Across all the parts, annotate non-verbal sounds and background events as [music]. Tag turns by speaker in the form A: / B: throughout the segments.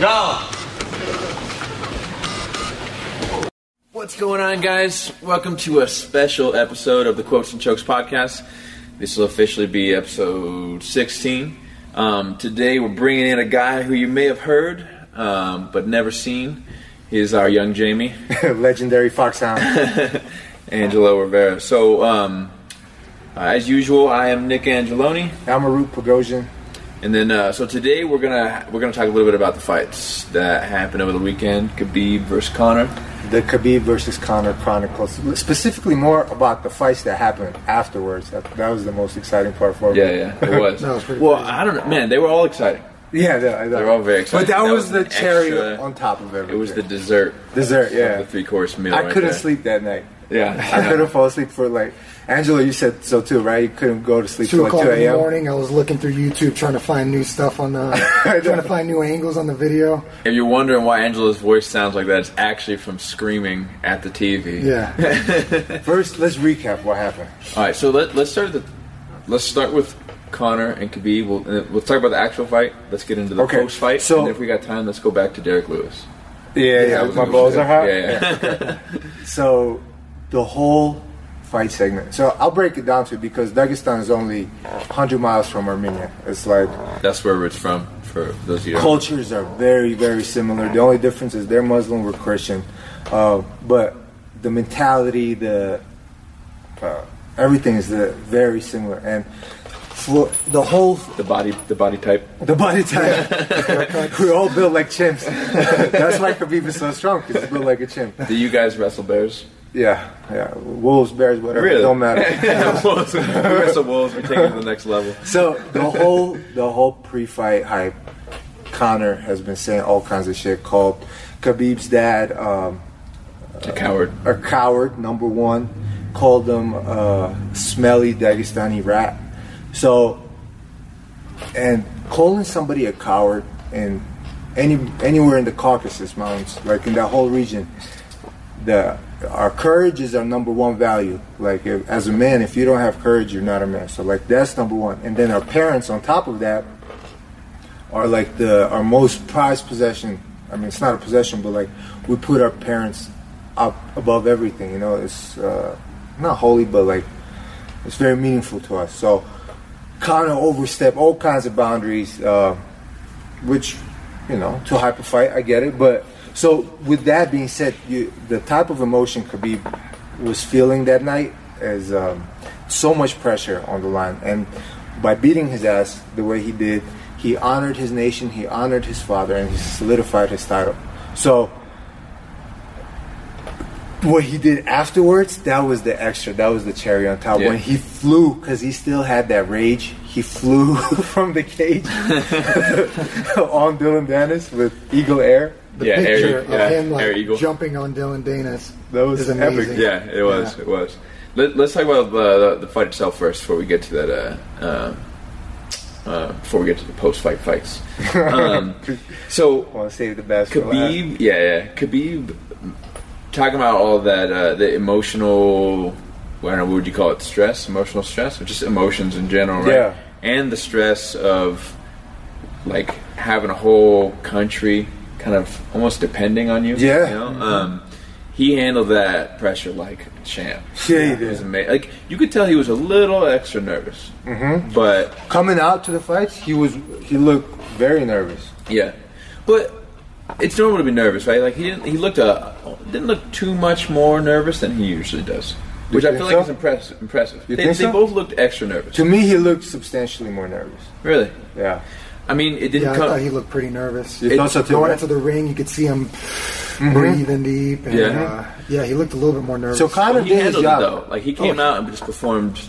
A: Go! What's going on, guys? Welcome to a special episode of the Quotes and Chokes podcast. This will officially be episode 16. Um, today, we're bringing in a guy who you may have heard um, but never seen. He is our young Jamie, [laughs]
B: [laughs] Legendary foxhound.
A: Angelo Rivera. So, um, uh, as usual, I am Nick Angeloni.
B: I'm Arut Pogosian.
A: And then, uh, so today we're gonna we're gonna talk a little bit about the fights that happened over the weekend. Khabib versus Connor.
B: The Khabib versus Conor chronicles. Specifically, more about the fights that happened afterwards. That, that was the most exciting part for me.
A: Yeah, yeah,
B: [laughs]
A: it was.
B: That was pretty
A: well, I don't know, man. They were all exciting.
B: yeah. yeah I know.
A: They're all very excited.
B: But that,
A: That
B: was,
A: was
B: the
A: an
B: cherry
A: extra-
B: on top of everything.
A: It was the dessert.
B: dessert.
A: Of the
B: Yeah,
A: three course meal.
B: I
A: right
B: couldn't
A: there.
B: sleep that night.
A: Yeah,
B: I couldn't fall asleep for like Angela. You said so too, right? You couldn't go to sleep
C: two
B: till like
C: o'clock
B: two
C: in the
B: a.m.
C: morning. I was looking through YouTube trying to find new stuff
B: [laughs]
C: on the, trying to find new angles on the video.
A: If you're wondering why Angela's voice sounds like that, it's actually from screaming at the TV.
C: Yeah,
B: First, let's recap what happened.
A: All right, so let, let's start the let's start with Connor and Khabib. We'll, and we'll talk about the actual fight. Let's get into the
B: Okay,
A: post fight.
B: so-
A: and if we got time, let's go back to Derek Lewis.
B: Yeah, yeah.
A: That was
B: my
A: what we
B: balls
A: did.
B: are hot.
A: Yeah, yeah.
B: So the whole fight segment. So I'll break it down to you because Dagestan is only 100 miles from Armenia. It's like
A: That's where it's from. For those of you.
B: cultures are very, very similar. The only difference is they're Muslim, we're Christian. Uh, but the mentality, the uh, everything is the, very similar. And for the whole
A: The body, the body type.
B: the body type, [laughs] we're all built like chimps. [laughs] That's why Khabib is so strong because he's built like a chimp.
A: Do you guys wrestle bears?
B: Yeah, yeah. Wolves, bears, whatever.
A: Really?
B: Don't matter.
A: wolves. We wrestle wolves. We take it to the next level.
B: So the whole the whole pre-fight hype, Connor has been saying all kinds of shit. Called Khabib's dad um,
A: A coward.
B: a coward, number one. Called him uh, smelly Dagestani rat. So, and calling somebody a coward in any anywhere in the Caucasus Mountains, like in that whole region, the our courage is our number one value. Like if, as a man, if you don't have courage, you're not a man. So like that's number one. And then our parents, on top of that, are like the our most prized possession. I mean, it's not a possession, but like we put our parents up above everything. You know, it's uh, not holy, but like it's very meaningful to us. So kind of overstep all kinds of boundaries, uh, which you know to hyper fight. I get it, but so with that being said, you, the type of emotion Khabib was feeling that night is um, so much pressure on the line, and by beating his ass the way he did, he honored his nation, he honored his father, and he solidified his title. So what he did afterwards, that was the extra. That was the cherry on top.
A: Yeah.
B: When he flew, because he still had that rage, he flew [laughs] from the cage [laughs] on Dylan Dennis with Eagle Air.
C: the
A: Yeah, Air
C: picture
A: Eagle-
C: of
A: yeah,
C: him
A: Air Eagle.
C: like jumping on Dylan Danis
B: That was
C: is
B: epic.
C: amazing.
A: Yeah, it was. It was. Let, let's talk about uh, the, the fight itself first before we get to that. Uh, uh, uh, before we get to the post-fight fights. Um, so
B: I want to save the best. for last.
A: Khabib, yeah, yeah, Khabib. Talking about all that, uh, the emotional, I don't know, what would you call it? Stress, emotional stress, or just emotions in general, right?
B: Yeah.
A: And the stress of like having a whole country kind of almost depending on you.
B: Yeah.
A: You know? um, he handled that pressure like a champ.
B: Yeah, he
A: It was
B: did.
A: amazing. Like you could tell he was a little extra nervous, mm-hmm. but
B: Coming out to the fights, he was he looked very nervous.
A: yeah, but it's normal to be nervous, right? Like he didn't, he looked uh didn't look too much more nervous than he usually does, which I
B: think
A: feel like
B: so?
A: is impressive. Impressive.
B: You
A: they
B: think
A: they
B: so?
A: both looked extra nervous.
B: To me, he looked substantially more nervous.
A: Really?
B: Yeah,
A: I mean, it didn't
C: Yeah, I
A: come.
C: thought he looked pretty nervous.
B: You thought so too,
C: Going
B: right?
C: into the ring, you could see him breathing deep. And,
A: Mm-hmm. Yeah.
C: uh, yeah, he looked a little bit more nervous.
B: So Conor
A: But he
B: did his
A: handled it
B: job.
A: though. Like he came
B: Oh.
A: out and just performed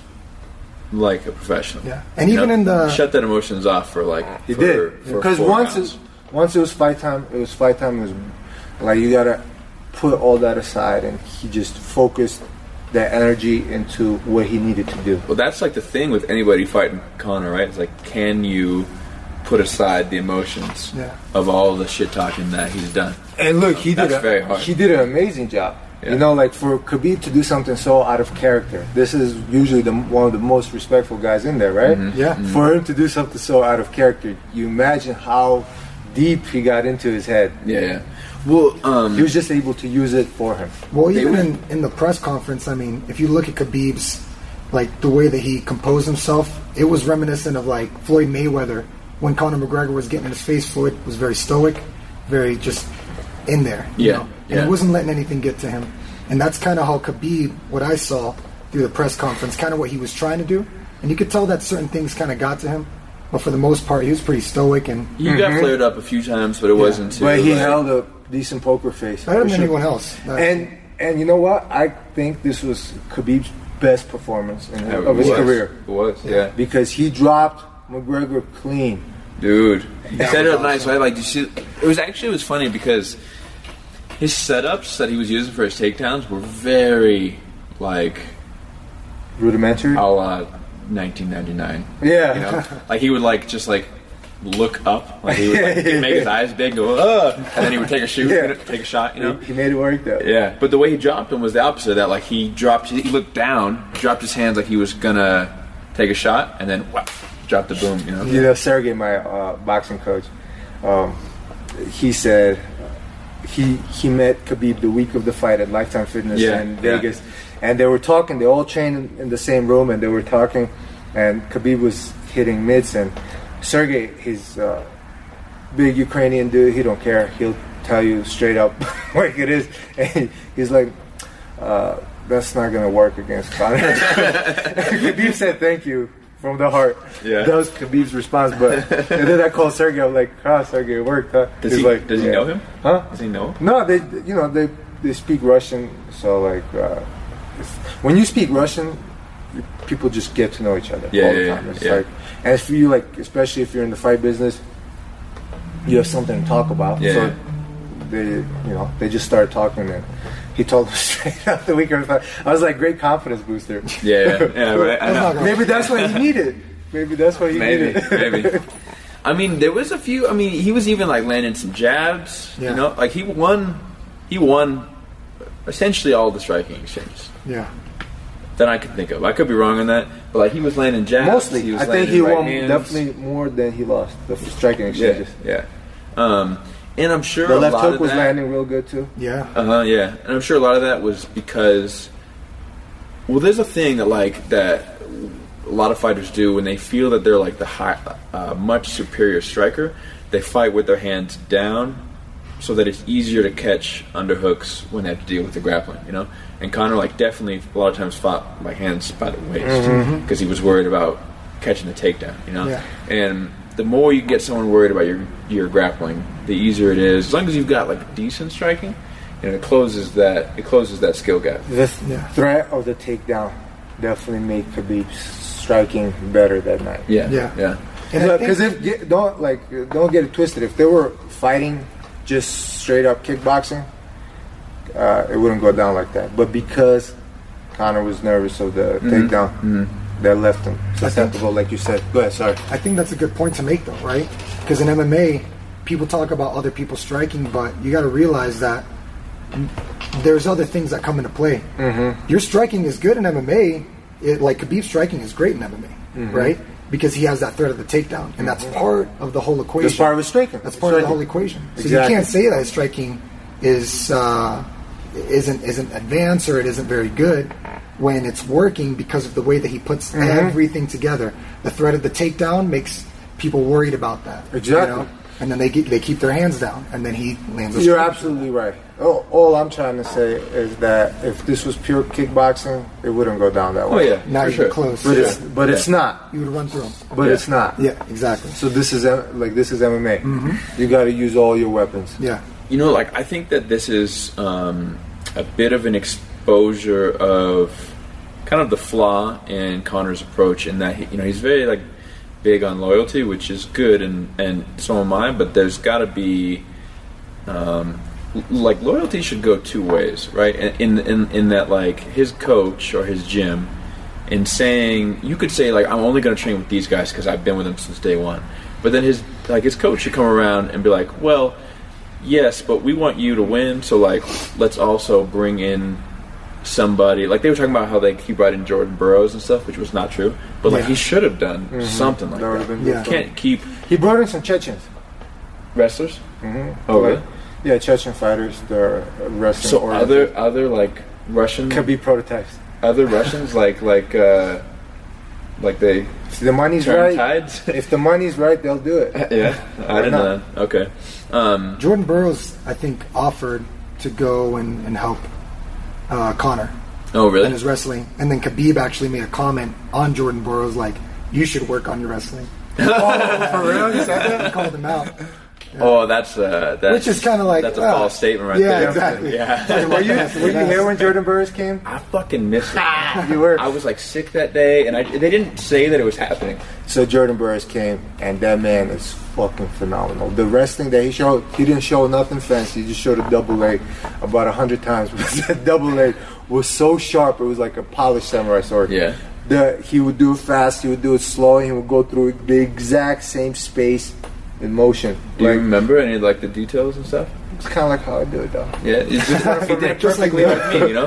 A: like a professional.
C: Yeah. And
A: You
C: even in the-
A: shut that emotions off for like
B: He
A: for-
B: did
A: for
B: because
A: four
B: once
A: rounds.
B: it, once it was fight time, it was fight time. It was like you gotta put all that aside, and he just focused that energy into what he needed to do.
A: Well, that's like the thing with anybody fighting Connor, right? It's like, can you put aside the emotions
C: Yeah.
A: of all the shit talking that he's done?
B: And look, he did
A: That's
B: a,
A: very hard.
B: he did an amazing job.
A: Yeah.
B: You know, like for Khabib to do something so out of character. This is usually the one of the most
A: Mm-hmm.
B: respectful guys in there, right?
C: Yeah.
B: For him to do something so out of character, you imagine how deep he got into his head.
A: Yeah, yeah. Well, um,
B: He was just able to use it for him.
C: Well,
A: They
C: even
A: would-
C: in, in the press conference, I mean, if you look at Khabib's, like the way that he composed himself, it was reminiscent of like Floyd Mayweather when Conor McGregor was getting in his face. Floyd was very stoic, very just in there. you
A: Yeah,
C: know? and
A: yeah.
C: he wasn't letting anything get to him. And that's kind of how Khabib, what I saw through the press conference, kind of what he was trying to do. And you could tell that certain things kind of got to him, but for the most part, he was pretty stoic and
A: he got flared up a few times, but it wasn't too.
B: Mm-hmm. But he
A: like-
B: held a decent poker face.
C: better
B: for
C: than
B: sure.
C: anyone else. That-
B: And and you know what? I think this was Khabib's best performance in,
A: Yeah, it
B: of his
A: was.
B: career
A: It was, yeah.
B: because he dropped McGregor clean.
A: Dude, he set it
C: was
A: up nice. Right? Like, you see, it was actually it was funny because his setups that he was using for his takedowns were very like
B: Rudimentary.
A: a la 1999.
B: yeah.
A: You
B: [laughs]
A: know, like he would like just like look up, like he would like,
B: Yeah, yeah,
A: make
B: [laughs]
A: his eyes big, go uh, and then he would take a shoot,
B: Yeah.
A: take a shot.
B: [laughs]
A: You know.
B: He made it work though.
A: Yeah, but the way he dropped him was the opposite of that. Like he dropped, he looked down, dropped his hands like he was gonna take a shot, and then whap, dropped the boom. You know.
B: You know, Sergey, my uh, boxing coach, um, he said he he met Khabib the week of the fight at Lifetime Fitness
A: Yeah,
B: in
A: yeah.
B: Vegas, and they were talking. They all trained in, in the same room, and they were talking. And Khabib was hitting mids, and Sergey, his uh, big Ukrainian dude, he don't care. He'll tell you straight up [laughs] like it is, and he's like. Uh, that's not gonna work against Conor. [laughs] Khabib said thank you from the heart.
A: Yeah.
B: That was Khabib's response. But and then I called Sergey. I'm like, "Ah, Sergey, it worked." Huh?
A: Does
B: He's
A: he
B: like,
A: does he
B: "Yeah."
A: know him?
B: Huh?
A: Does he
B: [laughs]
A: know? him?
B: No, they you know they they speak Russian. So like, uh, it's, when you speak Russian, you- people just get to know each other
A: Yeah,
B: all the
A: yeah,
B: time.
A: yeah,
B: It's
A: yeah.
B: like, and if you like, especially if you're in the fight business, you have something to talk about.
A: Yeah,
B: so
A: yeah.
B: they you know they just started talking and. He told him [laughs] straight out the week of the fight. I was like, great confidence booster.
A: Yeah, yeah, yeah, right. I
C: That's
A: know.
B: [laughs]
C: not
B: Maybe that's what he needed. Maybe that's what he
A: Maybe,
B: needed.
A: maybe. I mean, there was a few. I mean, he was even like landing some jabs.
C: Yeah.
A: You know, like he won. He won essentially all the striking exchanges
C: yeah.
A: that I could think of. I could be wrong on that, but like he was landing jabs.
B: [laughs] Mostly,
A: he was
B: I think
A: landing
B: he
A: right
B: won
A: hands.
B: definitely more than he lost. The striking
A: Yeah,
B: exchanges.
A: yeah. Um, and I'm sure a
B: The left
A: lot
B: hook
A: of
B: was
A: that,
B: landing real good too.
C: Yeah.
A: Uh huh. Yeah, and I'm sure a lot of that was because, well, there's a thing that like that a lot of fighters do when they feel that they're like the high, uh, much superior striker. They fight with their hands down, so that it's easier to catch underhooks when they have to deal with the grappling. You know, and Connor like definitely a lot of times fought like hands by the waist because he was worried about catching the takedown. You know,
C: Yeah.
A: and the more you get someone worried about your your grappling, the easier it is. As long as you've got like decent striking, and it closes that it closes that skill gap.
B: The th-
C: Yeah.
B: threat of the takedown definitely made Khabib striking better that night.
A: Yeah,
C: Yeah.
A: yeah,
C: And I
B: because if get, don't like don't get it twisted. If they were fighting just straight up kickboxing, uh, it wouldn't go down like that. But because Connor was nervous of the
A: Mm-hmm.
B: takedown, that left him susceptible, like you said. Go ahead, sorry.
C: I think that's a good point to make, though, right? Because in MMA, people talk about other people striking, but you got to realize that there's other things that come into play. Mm-hmm. Your striking is good in MMA, it, like Khabib's striking is great in MMA, right? Because he has that threat of the takedown, and that's part of the whole equation.
B: That's part of his striking.
C: That's part of the whole equation. So
B: Exactly.
C: you can't say that his striking is uh, isn't isn't advanced or it isn't very good when it's working because of the way that he puts everything together. The threat of the takedown makes people worried about that. you
B: Exactly.
C: know? And then they get, they keep their hands down, and then he lands. a
B: You're
C: strike.
B: absolutely right. All, all I'm trying to say is that if this was pure kickboxing, it wouldn't go down that
A: Oh
B: way.
A: yeah,
C: Not
A: for
C: even
A: sure.
C: close.
B: But
C: Yeah.
B: it's but it's not.
C: You would run through him.
B: But
A: Yeah. Mm-hmm.
B: it's not.
C: Yeah, exactly.
B: So this is uh, like this is MMA. You got to use all your weapons.
C: Yeah,
A: You know, like I think that this is um, a bit of an exposure of kind of the flaw in Connor's approach, in that he, you know he's very like big on loyalty, which is good, and and so am I. But there's got to be um, l- like loyalty should go two ways, right? In in in that like his coach or his gym, in saying you could say like I'm only going to train with these guys because I've been with them since day one, but then his like his coach should come around and be like, well. Yes, but we want you to win, so like let's also bring in somebody. Like they were talking about how they he brought in Jordan Burroughs and stuff, which was not true. But like
C: Yeah.
A: he should have done something like
B: Mm-hmm. That would have
A: that.
B: been
C: Yeah.
B: good.
A: Can't keep
B: He brought in some Chechens.
A: wrestlers?
B: hmm
A: Oh,
B: Like-
A: really?
B: Yeah, Chechen fighters, they're wrestling.
A: So
B: or-
A: other other like Russian
B: could be prototypes.
A: other Russians like like uh like they
B: If the money's
A: turn
B: right,
A: tides. [laughs]
B: if the money's right, they'll do it.
A: yeah, I
B: Why
A: didn't know that. Okay. Um,
C: Jordan Burroughs, I think, offered to go and, and help uh, Connor
A: oh
C: in
A: really?
C: his wrestling. And then Khabib actually made a comment on Jordan Burroughs like, you should work on your wrestling. [laughs]
B: For [laughs] real? You said that?
C: I called him out.
A: Oh, that's uh, that's
C: Which is kinda like,
A: that's a
C: ah,
A: false statement right
C: yeah,
A: there.
C: exactly.
A: Yeah.
B: Were [laughs] you, were you here when Jordan Burroughs came?
A: I fucking missed it.
C: Ah.
B: You were.
A: I was like sick that day, and I, they didn't say that it was happening.
B: So Jordan Burroughs came, and that man is fucking phenomenal. The wrestling that he showed, he didn't show nothing fancy. He just showed a double leg about a hundred times. [laughs] But that double leg was so sharp; it was like a polished samurai sword.
A: Yeah.
B: The, he would do it fast. He would do it slow. And he would go through the exact same space in motion.
A: Do you
B: like
A: remember any like the details and stuff?
B: it's kind of like how I do it though. [laughs]
A: Yeah, he [laughs] did it perfectly with me. You [laughs] know,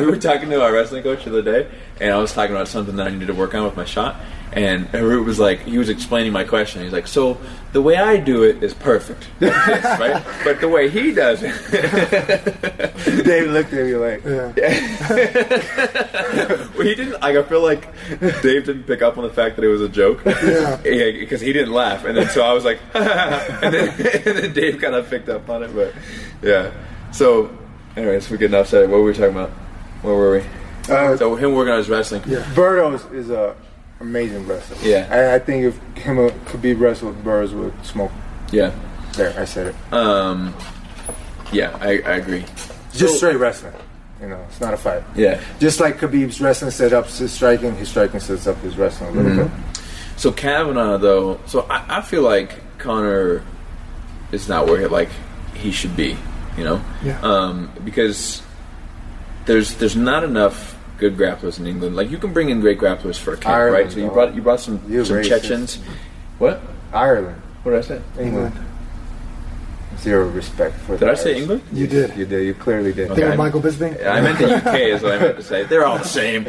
A: we were talking to our wrestling coach the other day, and I was talking about something that I needed to work on with my shot. And Harut was like, he was explaining my question. He's like, so the way I do it is perfect, [laughs] right? But the way he does it,
B: Dave looked at me like,
C: Yeah.
A: Well, he didn't. Like, I feel like Dave didn't pick up on the fact that it was a joke.
C: Yeah.
A: because he didn't laugh, and then so I was like, [laughs] and, then, [laughs] and then Dave kind of picked up on it, but yeah. So, anyways, we get enough said. What were we talking about? Where were we?
B: Uh,
A: so him working on his wrestling.
C: Yeah.
B: Burroughs is a amazing wrestler.
A: Yeah.
B: I, I think if him uh, could be wrestled, Burroughs would smoke.
A: Yeah.
B: There, I said it.
A: Um. Yeah, I, I agree.
B: Just straight wrestling. You know, it's not a fight.
A: Yeah.
B: Just like Khabib's wrestling set up his striking, his striking sets up his wrestling a little
A: So Kavanaugh, though, so I, I feel like Connor is not where like he should be, you know,
C: Yeah.
A: um, because there's there's not enough good grapplers in England. Like you can bring in great grapplers for a camp,
B: Ireland,
A: right? So you
B: though.
A: brought you brought some
B: You're
A: some
B: racist.
A: Chechens. What?
B: bit. Ireland,
A: What did I say?
B: England, zero respect for.
A: Did I say England?
C: You did.
B: You did. You clearly did.
A: Okay.
C: They were
A: I'm-
C: Michael Bisping.
A: I meant the UK is what I meant to say. They're all the same.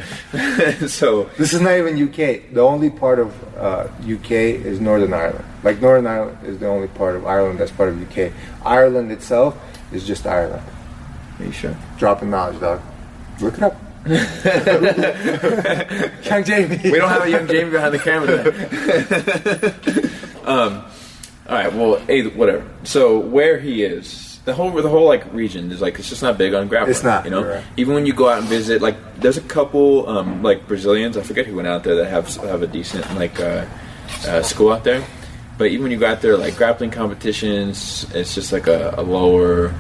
A: [laughs] so
B: This is not even UK. The only part of uh, UK is Northern Ireland. Like Northern Ireland is the only part of Ireland that's part of UK. Ireland itself is just Ireland.
A: are you sure?
B: Dropping knowledge, dog. Look it up. [laughs] Young Jamie.
A: We don't have a young Jamie behind the camera. Today. um, all right. Well, hey, whatever. So where he is, the whole the whole like region is like it's just not big on grappling.
B: It's not,
A: You know,
B: you're right.
A: even when you go out and visit, like there's a couple um, like Brazilians. I forget who went out there that have have a decent like uh, uh, school out there. But even when you go out there, like grappling competitions, it's just like a, a lower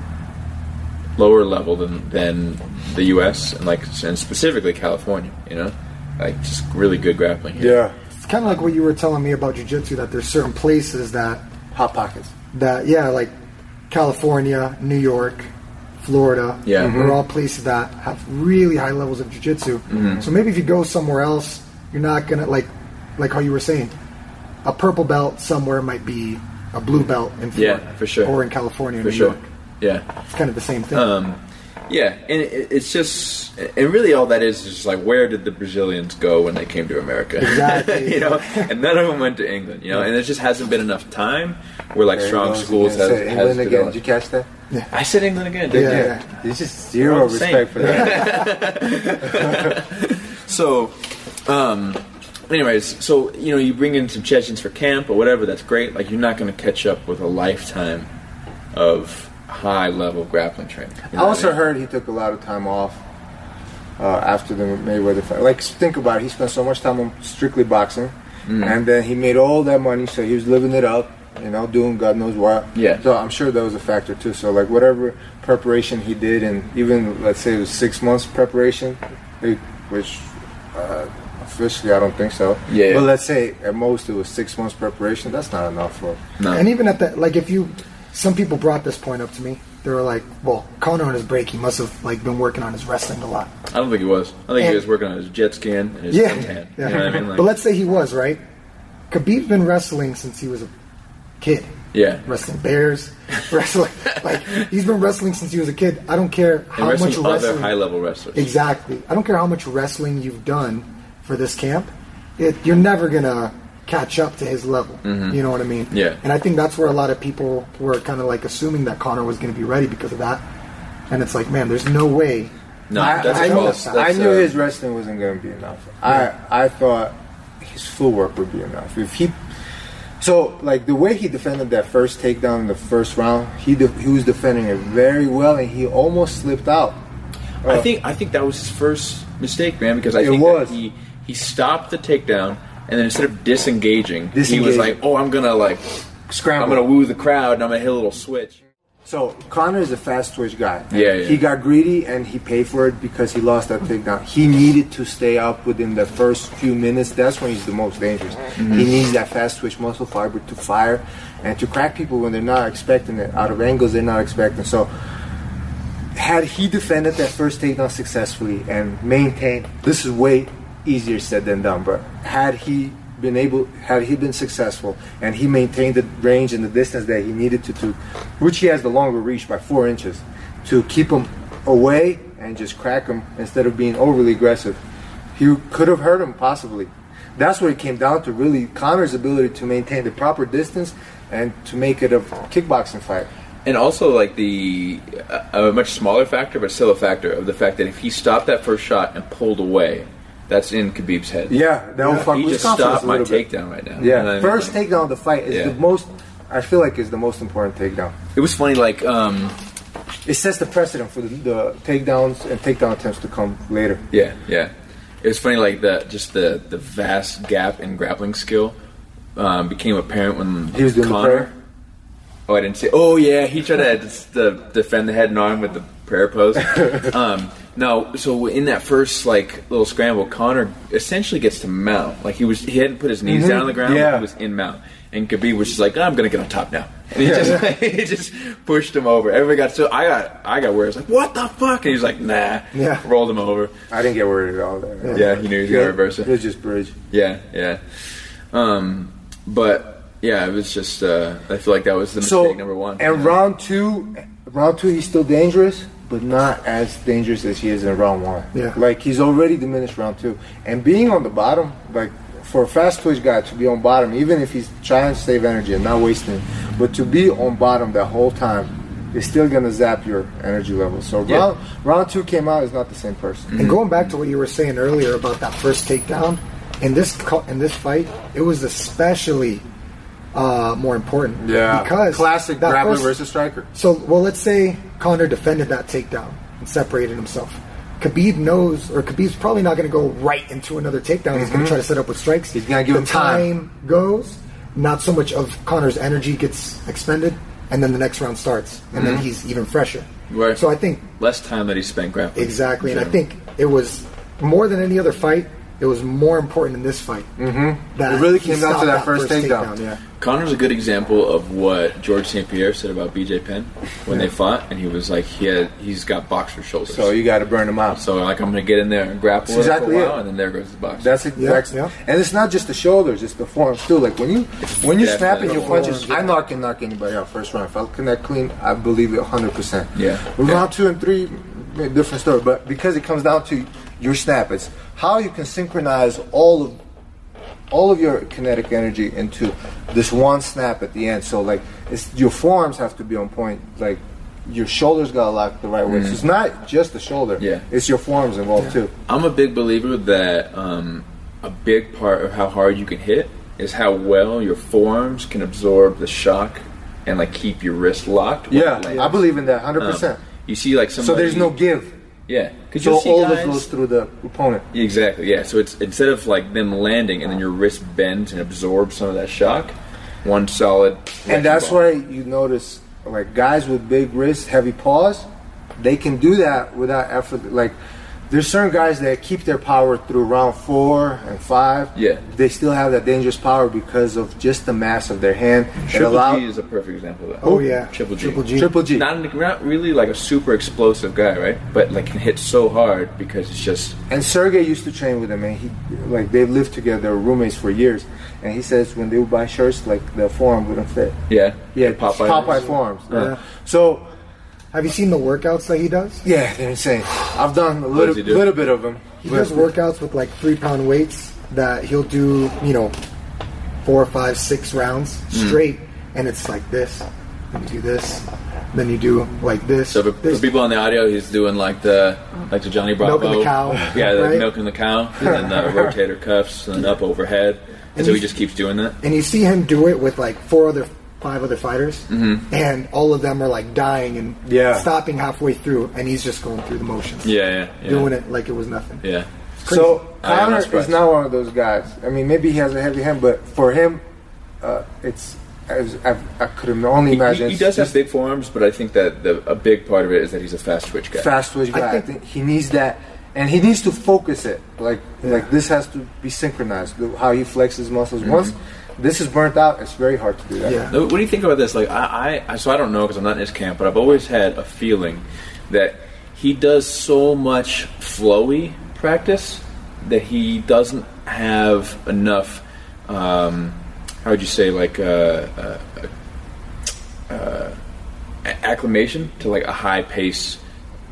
A: lower level than than the U.S. and like and specifically California. You know, like just really good grappling. Here.
B: Yeah.
C: It's kind of like what you were telling me about jujitsu that there's certain places that
B: Hot pockets.
C: that yeah, like California, New York, Florida,
A: Yeah. Mm-hmm.
C: are all places that have really high levels of jujitsu.
A: Mm-hmm.
C: So maybe if you go somewhere else, you're not gonna like like how you were saying, a purple belt somewhere might be a blue belt in
A: Yeah,
C: Florida,
A: for sure.
C: or in California,
A: for
C: New
A: sure.
C: York.
A: Yeah,
C: It's kind of the same thing.
A: um, yeah, and it, it's just, and really, all that is is just like, where did the Brazilians go when they came to America? [laughs]
C: Exactly.
A: you know, and none of them went to England. You know, and there just hasn't been enough time where like
B: There he
A: strong
B: goes
A: schools
B: again.
A: has,
B: Said
A: has
B: England again. Did you
A: developed.
B: catch that?
A: I said England again. Didn't
C: Yeah.
A: you?
B: There's just zero
A: We're all the same.
B: respect for that.
A: So, um, anyways, so you know, you bring in some Chechens for camp or whatever. That's great. Like, you're not going to catch up with a lifetime of high level grappling training. You
B: I
A: know what
B: also
A: mean?
B: heard he took a lot of time off uh, after the Mayweather fight. Like, think about it. He spent so much time on strictly boxing,
A: Mm.
B: and then he made all that money, so he was living it up. You know, doing God knows what.
A: Yeah.
B: So I'm sure that was a factor too. So like whatever preparation he did, and even let's say it was six months preparation, it- which uh, officially I don't think so.
A: Yeah.
B: But let's say at most it was six months preparation. That's not enough for.
A: No.
C: And even at that, like if you, some people brought this point up to me. They were like, "Well, Connor on his break, he must have like been working on his wrestling a lot."
A: I don't think he was. I think he
C: And-
A: was working on his jet scan and his
C: Yeah,
A: suntan.
C: yeah.
A: You know what I mean? Like,
C: but let's say he was right. Khabib's been wrestling since he was a kid.
A: yeah.
C: Wrestling bears, [laughs] wrestling like he's been wrestling since he was a kid. I don't care
A: And
C: how much
A: wrestling other
C: wrestling.
A: high level wrestlers.
C: Exactly. I don't care how much wrestling you've done for this camp. It, you're never gonna catch up to his level. You know what I mean?
A: Mm-hmm. Yeah.
C: And I think that's where a lot of people were kind of like assuming that Connor was going to be ready because of that. And it's like, man, there's no way.
A: No,
B: I,
A: that's
B: I knew,
A: close.
B: I
A: That's,
B: knew
A: uh,
B: his wrestling wasn't going to be enough. I I thought his footwork would be enough. If he so like the way he defended that first takedown in the first round, he de- he was defending it very well, and he almost slipped out.
A: I think I think that was his first mistake, man, because I
B: Oh. It
A: think
B: was.
A: That he he stopped the takedown and then instead of disengaging, he was
B: Disengaging.
A: like, "Oh, I'm gonna like,
B: Scramble.
A: I'm gonna woo the crowd and I'm gonna hit a little switch."
B: So Connor is a fast twitch guy.
A: Yeah, yeah.
B: He got greedy and he paid for it because he lost that takedown. He needed to stay up within the first few minutes. That's when he's the most dangerous.
A: Mm-hmm.
B: He needs that fast twitch muscle fiber to fire and to crack people when they're not expecting it out of angles they're not expecting. So had he defended that first takedown successfully and maintained, this is way easier said than done. But had he been able, had he been successful and he maintained the range and the distance that he needed to, to which he has the longer reach by four inches, to keep him away and just crack him instead of being overly aggressive, he could have hurt him possibly. That's what it came down to really Connor's ability to maintain the proper distance and to make it a kickboxing fight.
A: And also, like the uh, a much smaller factor, but still a factor of the fact that if he stopped that first shot and pulled away, that's in Khabib's head.
B: Yeah, that would fuck
A: he
B: with
A: just
B: confidence
A: stopped
B: a
A: my
B: little bit.
A: takedown right now.
B: Yeah,
A: And I mean,
B: first
A: like,
B: takedown of the fight is
A: Yeah.
B: the most. I feel like is the most important takedown.
A: It was funny, like um,
B: It sets the precedent for the, the takedowns and takedown attempts to come later.
A: Yeah, yeah. It was funny, like the just the the vast gap in grappling skill um, became apparent when
B: He was doing the prayer.
A: Oh, I didn't see. Oh, yeah, he tried to just, uh, defend the head and arm with the prayer
B: [laughs]
A: pose. um, no, so in that first like little scramble, Connor essentially gets to mount. Like he was, he hadn't put his knees down on the ground.
B: Mm-hmm. Yeah.
A: he was in mount, and Khabib was just like, "I'm gonna get on top now." And he just [laughs] he just pushed him over. Everybody got so I got I got worried. I was like, "What the fuck?" And he was like, "Nah."
C: Yeah.
A: Rolled him over.
B: I didn't get worried at all. There.
A: Yeah, he knew he was gonna reverse it.
B: It was just bridge.
A: Yeah, yeah. Um, but yeah, it was just. Uh, I feel like that was the mistake
B: So
A: number one.
B: And round two, round two, he's still dangerous, but not as dangerous as he is in round one.
C: Yeah.
B: like he's already diminished round two, and being on the bottom, like for a fast twitch guy to be on bottom, even if he's trying to save energy and not wasting, it, but to be on bottom the whole time is still gonna zap your energy level. So
A: Yeah.
B: round round two came out is not the same person.
C: And going back to what you were saying earlier about that first takedown, in this co- in this fight, it was especially uh, more important. because
B: classic
C: that
B: grappler
C: first-
B: versus striker.
C: So, well, let's say Connor defended that takedown and separated himself. Khabib knows, or Khabib's probably not going to go right into another takedown. He's going to try to set up with strikes.
B: Mm-hmm. He's gonna give
C: the
B: him time.
C: goes, not so much of Connor's energy gets expended, and then the next round starts, and
B: Mm-hmm.
C: then he's even fresher.
A: Right.
C: So I think
A: less time that he spent grappling.
C: Exactly, and I
A: Yeah.
C: think it was more than any other fight. It was more important in this fight. Mm-hmm. That
B: It really
C: he
B: came down to
C: stopped
B: that first takedown.
C: Yeah,
A: Connor's a good example of what George St. Pierre said about BJ Penn when they fought, and he was like, he had he's got boxer shoulders.
B: So you got to burn him out.
A: So, like, I'm gonna get in there and grapple
B: That's
A: exactly
B: exactly
A: for a while,
B: it.
A: and then there goes the boxer.
B: That's it.
C: Yeah,
B: that's-
C: yeah.
B: And it's not just the shoulders; it's the forearms too. Like when you when you're
A: Yeah,
B: snapping your
A: the
B: punches,
C: forearms, yeah.
B: I know I can knock anybody out first round. If I connect clean, I believe it 100. percent
A: Yeah.
B: Round
A: Yeah.
B: two and three, a different story. But because it comes down to your snap, it's how you can synchronize all of all of your kinetic energy into this one snap at the end. So like, it's your forearms have to be on point. Like your shoulders gotta lock the right way. So it's not just the shoulder.
A: Mm-hmm. Yeah.
B: It's your forearms involved too.
A: I'm a big believer that um, a big part of how hard you can hit is how well your forearms can absorb the shock and like keep your wrist locked. when
B: Yeah,
A: it lands.
B: I believe in that 100.
A: Um,
B: percent
A: you see, like somebody,
B: So there's no give.
A: yeah. Because
B: So
A: you'll see
B: all
A: guys,
B: of goes through the opponent.
A: exactly yeah. So it's instead of like them landing and then your wrist bends and absorbs some of that shock, one solid.
B: And that's why you notice like guys with big wrists, heavy paws, they can do that without effort. Like there's certain guys that keep their power through round four and five.
A: Yeah.
B: They still have that dangerous power because of just the mass of their hand. It
A: Triple G
B: allows
A: is a perfect example of that.
C: Oh, yeah.
A: Triple G.
C: Triple G.
B: triple G.
A: Not, not really like a super explosive guy, right? But like can hit so hard because it's just
B: And Sergey used to train with him, and he like they lived together, they were roommates for years. And he says when they would buy shirts, like the forearm wouldn't fit.
A: yeah,
B: Yeah,
A: Popeye.
B: Popeye, forms.
C: Yeah.
B: So
C: have you seen the workouts that he does?
B: yeah, they're insane. I've done a little,
A: does he do?
B: little bit of them.
C: He
B: but-
C: does workouts with like three pound weights that he'll do. You know, four, five, six rounds
B: Mm.
C: straight, and it's like this. Then you do this, then you do like this.
A: So for, for
C: this.
A: people on the audio, he's doing like the like the Johnny Bravo,
C: Milking the cow,
A: yeah, the
C: right?
A: milking the cow, and then
B: [laughs]
A: the rotator cuffs, and then up overhead, and so he just keeps doing that.
C: and you see him do it with like four other, five other fighters, and all of them are like dying and
B: Mm-hmm. Yeah.
C: stopping halfway through, and he's just going through the motions,
A: Yeah, yeah, yeah.
C: doing it like it was nothing.
A: Yeah,
B: So
A: I am not
B: Connor is
A: surprised.
B: not one of those guys. I mean, maybe he has a heavy hand, but for him, uh, it's I, was- I, I could only imagine.
A: he, he does have
B: it's
A: big forearms, but I think that the, a big part of it is that he's a fast twitch guy.
B: fast twitch
C: I
B: guy. I
C: think-
B: think, he needs that, and he needs to focus it. Like like this has to be synchronized. the- How he flexes muscles.
A: Mm-hmm.
B: Once this is burnt out, it's very hard to do that.
C: Yeah.
A: Now, What do you think about this? Like, I, I I- so I don't know because I'm not in his camp, but I've always had a feeling that he does so much flowy practice that he doesn't have enough. Um, how would you say like uh, uh, uh, a- acclimation to like a high pace,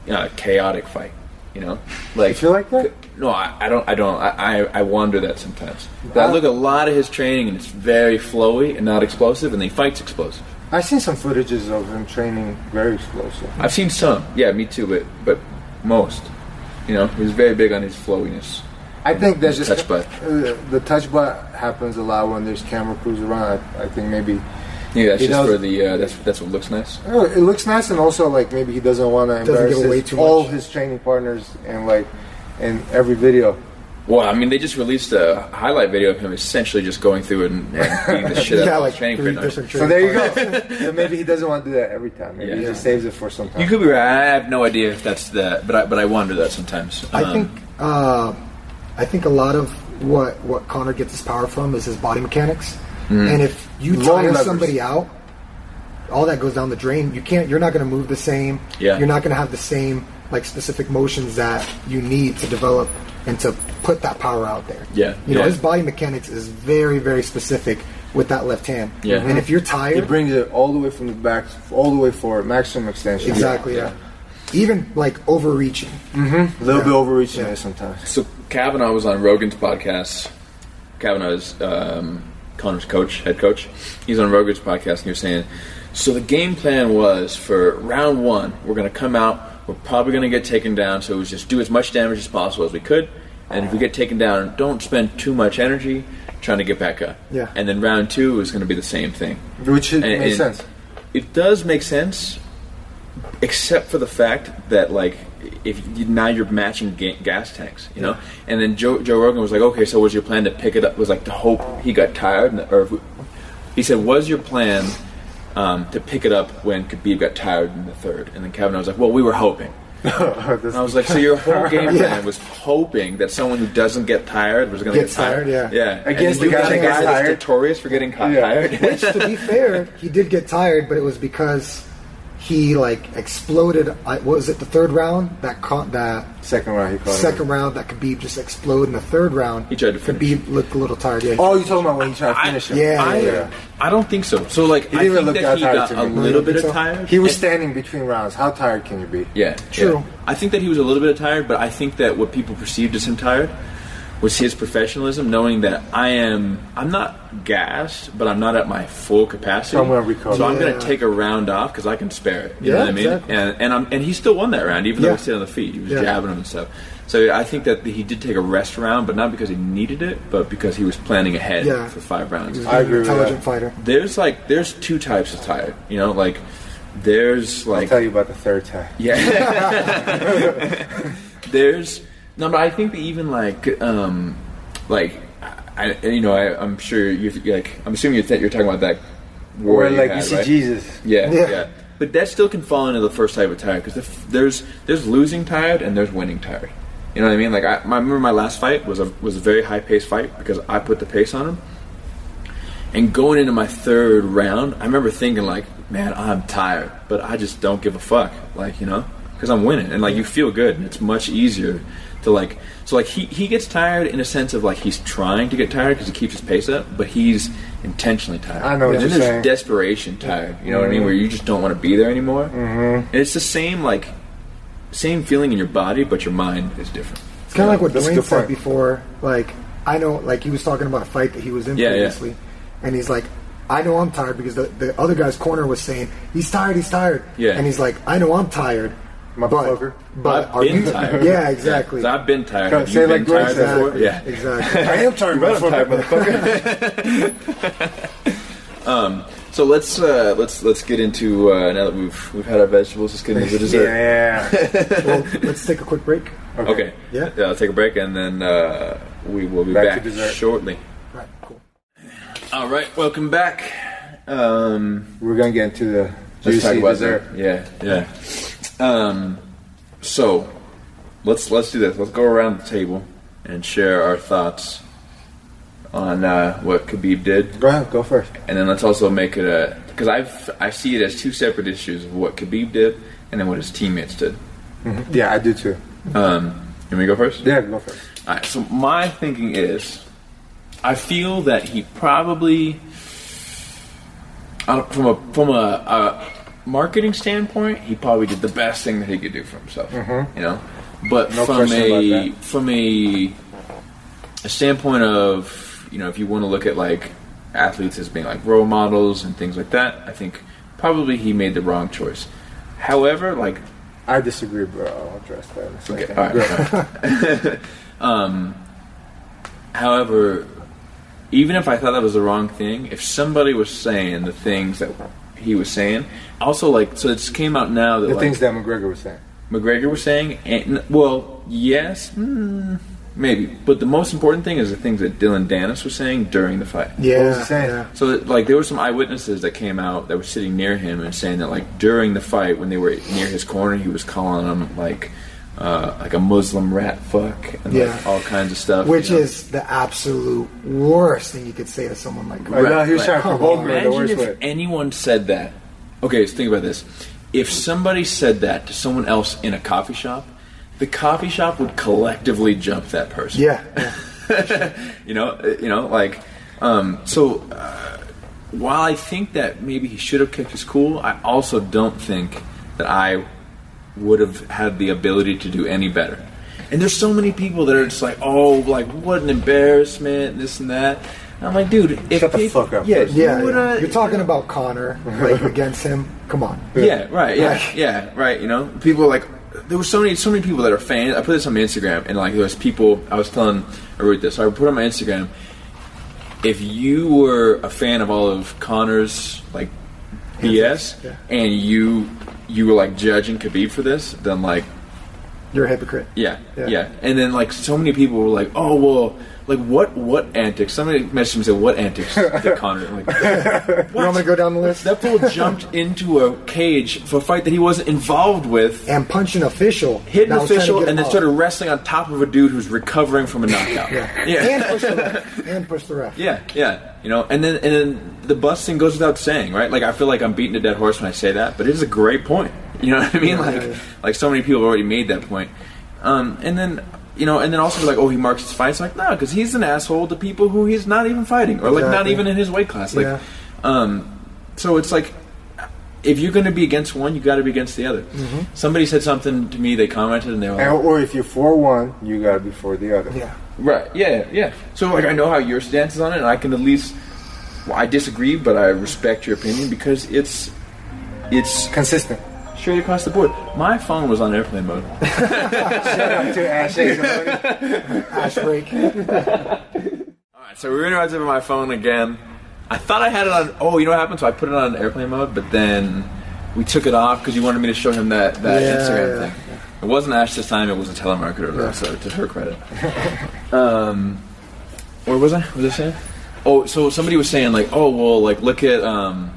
A: uh, chaotic fight? You know, like
B: feel like that?
A: No, I, I don't. I don't. I, I, I wonder that sometimes. I look at a lot of his training, and it's very flowy and not explosive, and he fights explosive.
B: I've seen some footages of him training very explosive.
A: I've seen some, yeah, me too, but but most, you know, he's very big on his flowiness.
B: I think that's just
A: Touch butt.
B: Uh, the touch butt happens a lot when there's camera crews around. I, I think maybe
A: Yeah, that's
B: He
A: just
B: does-
A: for the uh, that's that's what looks nice.
B: Oh, it looks nice, and also like maybe he doesn't want to
C: Doesn't
B: embarrass
C: give away
B: his-
C: too
B: all
C: much.
B: his training partners and like in every video.
A: Well, I mean, they just released a highlight video of him essentially just going through it and, and beating the shit out
C: Yeah,
A: of
C: like
A: his training
C: three
A: partners.
C: different.
B: So
C: training
B: there you
C: partners.
B: go. [laughs] so maybe he doesn't want to do that every time. Maybe he
A: Yeah.
B: just saves it for some time.
A: You could be right. I have no idea if that's the, but I, but I wonder that sometimes.
C: I
A: Um,
C: think uh, I think a lot of what what Connor gets his power from is his body mechanics.
A: Mm.
C: And if you
B: Long
C: tire
B: levers.
C: somebody out, all that goes down the drain. You can't. You're not going to move the same.
A: Yeah.
C: You're not going to have the same like specific motions that you need to develop and to put that power out there.
A: Yeah,
C: You know
A: yeah.
C: his body mechanics is very very specific with that left hand.
A: Yeah.
C: And if you're
B: He
C: tired,
B: brings it all the way from the back, all the way forward, maximum extension.
C: exactly. Yeah. Even like overreaching.
B: A little bit overreaching
C: Yeah.
B: there sometimes.
A: So Kavanaugh was on Rogan's podcast. Kavanaugh is um, Connor's coach, head coach. He's on Rogan's podcast, and he was saying, so the game plan was for round one, we're going to come out, we're probably going to get taken down, so it was just do as much damage as possible as we could, and if we get taken down, don't spend too much energy trying to get back up.
C: Yeah.
A: And then round two is going to be the same thing.
B: Which it
A: And-
B: makes
A: and
B: [laughs] sense.
A: It does make sense, except for the fact that like if you, now you're matching ga- gas tanks, you know. And then Joe Joe Rogan was like, okay, so was your plan to pick it up? Was like to hope he got tired, and, or if we- he said, was your plan um, to pick it up when Khabib got tired in the third? And then Kavanaugh was like, well, we were hoping.
B: This-
A: And I was like, so your
B: [laughs]
A: whole game plan was hoping that someone who doesn't get tired was going to
C: Gets
A: get tired,
C: tired, yeah.
A: yeah,
B: Against
A: And
B: the
A: you
B: guy
A: got
B: that
A: a
B: gets
A: that's
B: tired.
A: notorious for getting
B: Yeah.
A: tired. [laughs]
C: Which, to be fair, he did get tired, but it was because he like exploded. I, what was it? The third round that caught that
B: second round, he called it.
C: [laughs] second round that Khabib just exploded in the third round.
A: He tried to finish.
C: Khabib looked a little tired. Yeah,
B: Oh, you talking about when he tried to
A: I-
B: finish him?
C: yeah,
A: I,
C: yeah.
A: I don't think so. So like,
B: He
A: I
B: didn't
A: think
B: even look
A: that
B: that
A: he
B: tired
A: got
B: to
A: a
B: me. No,
A: little
C: you think
A: bit of
C: so?
A: tired.
B: He was
A: And-
B: standing between rounds. How tired can you be?
A: yeah,
C: True.
A: yeah. I think that he was a little bit of tired, but I think that what people perceived as him tired was his professionalism, knowing that I am, I'm not gassed, but I'm not at my full capacity.
B: So I'm gonna recover.
A: So I'm
C: Yeah.
A: going to take a round off because I can spare it. You know
C: Yeah,
A: what I mean?
C: exactly.
A: And and, I'm, and he still won that round, even
C: Yeah.
A: though he stayed on the feet. He was
C: Yeah.
A: jabbing him and stuff. So I think that he did take a rest round, but not because he needed it, but because he was planning ahead
C: Yeah.
A: for five rounds.
C: he was
B: I
C: an
B: agree with
C: intelligent
B: that.
C: fighter.
A: there's like there's two types of tired you know like there's
B: I'll
A: like
B: tell you about the third time.
A: yeah [laughs]
B: [laughs]
A: there's no but i think that even like um like i I- you know I, i'm sure you like i'm assuming you're, th- you're talking about that war
B: Where like E
A: had,
B: you see
A: right?
B: Jesus.
A: yeah,
C: Yeah.
A: yeah but that still can fall into the first type of tired because there's there's losing tired and there's winning tired you know what i mean like i, I remember my last fight was a was a very high paced fight because i put the pace on him and going into my third round, I remember thinking like, man, I'm tired, but I just don't give a fuck, like you know, because I'm winning, and like you feel good, and it's much easier to like. So like he he gets tired in a sense of like he's trying to get tired because he keeps his pace up, but he's intentionally tired.
B: I know what
A: And then
B: you're
A: there's
B: saying. Mm-hmm.
A: desperation tired, you know what I mean, where you just don't want to be there anymore. Mm-hmm. And it's the same like same feeling in your body, but your mind is different.
C: It's kind of like what
B: That's a
C: Dwayne
B: good
C: said
B: point.
C: before. Like I know, like he was talking about a fight that he was in
A: Yeah, yeah.
C: previously, and he's like, I know I'm tired because the, the other guy's corner was saying he's tired, he's tired.
A: Yeah.
C: And he's like, I know I'm tired.
B: Motherfucker.
C: But, but
A: I've
C: are
A: been
B: [laughs]
C: you
A: tired.
C: [laughs] Yeah, exactly.
A: 'Cause I've been tired. Have
B: Say
A: you
B: like
A: been
B: Greg
A: tired
B: said.
A: before?
C: Exactly.
A: Yeah.
C: Exactly.
B: I am tired, motherfucker.
A: So let's uh, let's let's get into uh, now that we've we've had our vegetables. Let's get into the dessert.
B: [laughs] yeah.
C: well, let's take a quick break.
A: Okay.
C: Yeah.
A: I'll take a break and then uh, we will be
B: Back to
A: back,
B: dessert.
A: shortly.
C: Right. Cool.
A: All right. Welcome back. Um,
B: We're gonna get into the
A: let's talk
B: juicy
A: about
B: dessert.
A: dessert. Yeah. Yeah. Um, so let's let's do this. Let's go around the table and share our thoughts on uh, what Khabib did.
B: Go ahead, go first.
A: And then let's also make it a because I've I see it as two separate issues of what Khabib did and then what his teammates did.
B: Yeah, I do too.
A: Um, you want me to go first?
B: Yeah, go first.
A: All right. So my thinking is, I feel that he probably, uh, from a from a, a marketing standpoint, he probably did the best thing that he could do for himself. You know, but
B: Mm-hmm. No
A: from
B: question about
A: a
B: that.
A: from a, a standpoint of you know, if you want to look at like athletes as being like role models and things like that, I think probably he made the wrong choice. However, like
B: I disagree, bro. I'll address that. in a second.
A: Okay, all right. [laughs] um, however, even if I thought that was the wrong thing, if somebody was saying the things that he was saying, also like so, it just came out now that
B: The
A: like,
B: things that McGregor was saying.
A: McGregor was saying, and well, yes, mm, maybe, but the most important thing is the things that Dylan Dennis was saying during the fight.
C: Yeah.
B: was he saying?
C: yeah.
A: So, that, like, there were some eyewitnesses that came out that were sitting near him and saying that, like, during the fight, when they were near his corner, he was calling him like, uh, like a Muslim rat fuck and
C: Yeah.
A: like, all kinds of stuff.
C: Which
A: you know?
C: is the absolute worst thing you could say to someone like
B: I
C: that.
A: Right,
B: know he was
A: right.
B: trying to
C: Come
B: provoke
C: on.
B: me in the
A: imagine
B: worst
A: if
B: way.
A: anyone said that. Okay, so think about this: if somebody said that to someone else in a coffee shop, the coffee shop would collectively jump that person.
C: Yeah. yeah.
A: [laughs] you know, uh, you know, like, um, so. Uh, while I think that maybe he should have kept his cool, I also don't think that I would have had the ability to do any better. And there's so many people that are just like, oh, like what an embarrassment, this and that. And I'm like, dude, if
B: Shut the
A: people-
B: fuck up
A: Yeah,
B: first.
A: you
C: Yeah,
A: would've-
C: yeah. You're talking about Connor, like against him. Come on.
A: yeah, right. Yeah,
C: Right.
A: yeah, right. You know, people are like there were so many, so many people that are fans. I put this on my Instagram, and like there was people. I was telling I wrote this. So I put it on my Instagram. If you were a fan of all of Connor's like BS,
C: Yeah.
A: and you you were like judging Khabib for this, then like
C: You're a hypocrite.
A: yeah, yeah,
C: Yeah.
A: And then like so many people were like, "Oh well, like what what antics?" Somebody messaged me and said, "What
C: [laughs]
A: antics did Connor?" I'm like,
C: You want me to go down the list?
A: That fool jumped into a cage for a fight that he wasn't involved with,
C: and punch an official.
A: hit an
C: that was trying to
A: official,
C: get
A: and
C: him
A: then
C: out.
A: started wrestling on top of a dude who's recovering from a knockout.
C: [laughs] Yeah. And
A: yeah.
C: push the ref. And push the ref.
A: Yeah, yeah, you know, and then and then the busting goes without saying, right? Like I feel like I'm beating a dead horse when I say that, but it is a great point. [laughs] You know what I mean? Like
C: Yeah.
A: like so many people have already made that point. Um, and then you know, and then also like, oh, he marks his fights. Like no, because he's an asshole to people who he's not even fighting, or like not
C: Exactly.
A: even in his weight class. Like,
C: Yeah.
A: um, so it's like if you're going to be against one, you got to be against the other.
C: Mm-hmm.
A: Somebody said something to me. They commented, and they were like,
B: And- Or if you're for one, you gotta be for the other.
C: Yeah.
A: Right. Yeah. Yeah. So like I know how your stance is on it, and I can at least well, I disagree, but I respect your opinion because it's it's [laughs]
B: Consistent.
A: straight across the board. My phone was on airplane mode.
B: Shout out to Ash A's money.
C: Ash
A: [laughs]
C: break.
A: All right. So we were interrupted by my phone again. I thought I had it on. Oh, you know what happened? So I put it on airplane mode, but then we took it off because you wanted me to show him that that
C: Yeah,
A: Instagram
C: yeah,
A: thing. It wasn't Ash this time. It was a telemarketer, though, so to her
C: [laughs]
A: credit. Um, Where was I? What was I saying? Oh, so somebody was saying like, oh well, like look at. um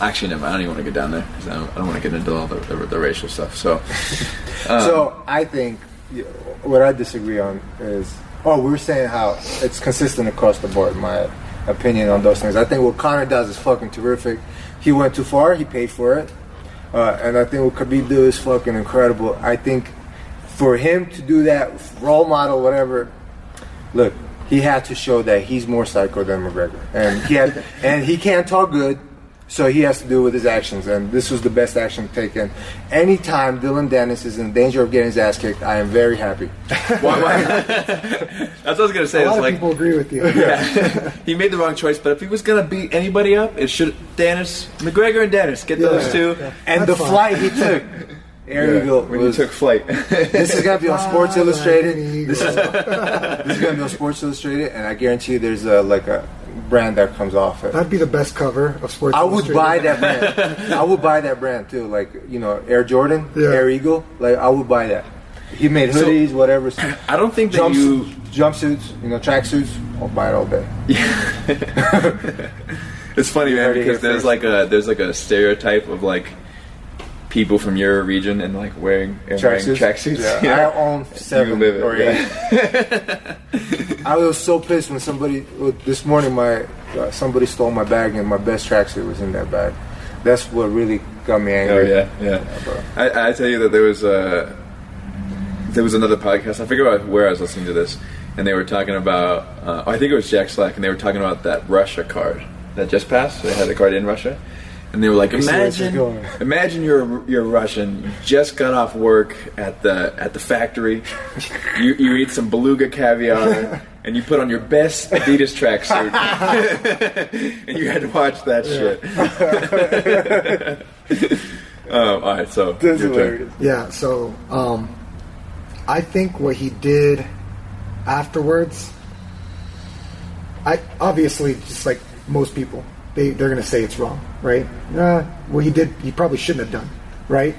A: Actually, never. mind. I don't even want to get down there because I don't, I don't want to get into all the, the, the racial stuff. So,
B: So I think you know, what I disagree on is oh we were saying how it's consistent across the board. My opinion on those things. I think what Connor does is fucking terrific. He went too far. He paid for it, uh, and I think what Khabib do is fucking incredible. I think for him to do that role model whatever. Look,
C: [laughs]
B: he had to show that he's more psycho than McGregor, and he had and he can't talk good. So he has to do with his actions, and this was the best action taken. Anytime Dylan Dennis is in danger of getting his ass kicked, I am very
C: [laughs]
B: happy.
A: Why, why? [laughs] That's what I was gonna say.
C: A
A: It's
C: lot of
A: like
C: people agree with you.
A: yeah, he made the wrong choice, but if he was gonna beat anybody up, it should Dennis McGregor and Dennis get those two.
B: And
C: That's
B: the
C: fine.
B: flight he took, Aaron Eagle,
A: when you
B: was-
A: took flight. [laughs]
B: [laughs] this is gonna be on Sports
C: [laughs] Ah,
B: Illustrated.
C: Aaron Eagle.
B: This is, this is gonna be on Sports Illustrated, and I guarantee you, there's a like a brand that comes off it.
C: That'd be the best cover of Sports.
B: I would
C: Illustrated.
B: buy that brand. I would buy that brand too. Like you know, Air Jordan,
C: Yeah.
B: Air Eagle. Like I would buy that. He made
A: So-
B: hoodies, whatever.
A: I don't think that
B: Jumps,
A: you.
B: jumpsuits, you know, tracksuits. I'll buy it all day.
A: It's funny, man,
B: Heard it
A: because
B: here
A: there's
B: first.
A: like a there's like a stereotype of like people from your region and like wearing and wearing
B: Tracksuits.
A: tracksuits. [laughs]
B: Yeah, I own seven
A: live it, [laughs]
B: or
A: yeah.
B: eight. I was so pissed when somebody well, this morning. My uh, somebody stole my bag, and my best tracksuit was in that bag. That's what really got me
A: Oh
B: angry.
A: yeah, yeah. I, I tell you that there was a there was another podcast. I forget about where I was listening to this, and they were talking about. Uh, I think it was Jack Slack, and they were talking about that Russia card that just passed. They had a card in Russia, and they were like,
B: see where this
A: imagine,
B: is going."
A: imagine you're you're Russian, you just got off work at the at the factory, you you eat some beluga caviar. And you put on your best Adidas tracksuit, and [laughs] you had to watch that
C: [laughs]
A: shit. um, all right, so your
B: That's
A: turn.
B: hilarious.
C: Yeah, so um, I think what he did afterwards, I obviously just like most people, they they're gonna say it's wrong, right? Uh, what he did, he probably shouldn't have done, right?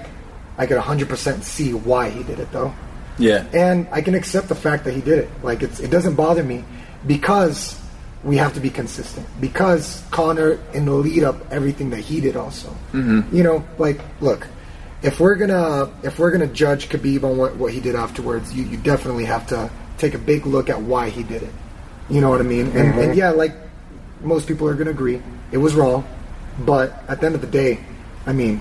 C: I could 100% see why he did it though,
A: Yeah,
C: and I can accept the fact that he did it. Like it's it doesn't bother me because we have to be consistent because Connor in the lead up everything that he did also. You know, like look, if we're gonna if we're gonna judge Khabib on what, what he did afterwards, you, you definitely have to take a big look at why he did it. You know what I mean? And, and yeah, like most people are gonna agree it was wrong, but at the end of the day, I mean,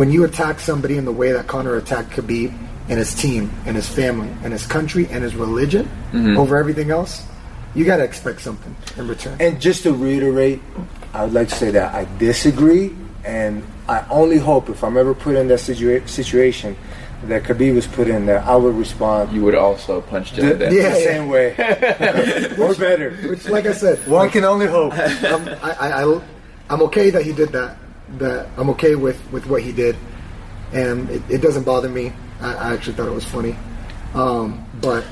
C: when you attack somebody in the way that Connor attacked Khabib and his team and his family and his country and his religion over everything else, you gotta expect something in return.
B: And just to reiterate, I would like to say that I disagree, and I only hope if I'm ever put in that situa- situation that Khabib was put in there, I would respond
A: you would also punch Dylan
B: the,
A: Dennis.
C: Yeah.
B: the same way or better.
C: Which, like I said,
B: One can only hope.
C: I'm, Um, I, I, I'm okay that he did that. That I'm okay with with what he did, and it, it doesn't bother me. I, I actually thought it was funny, um, but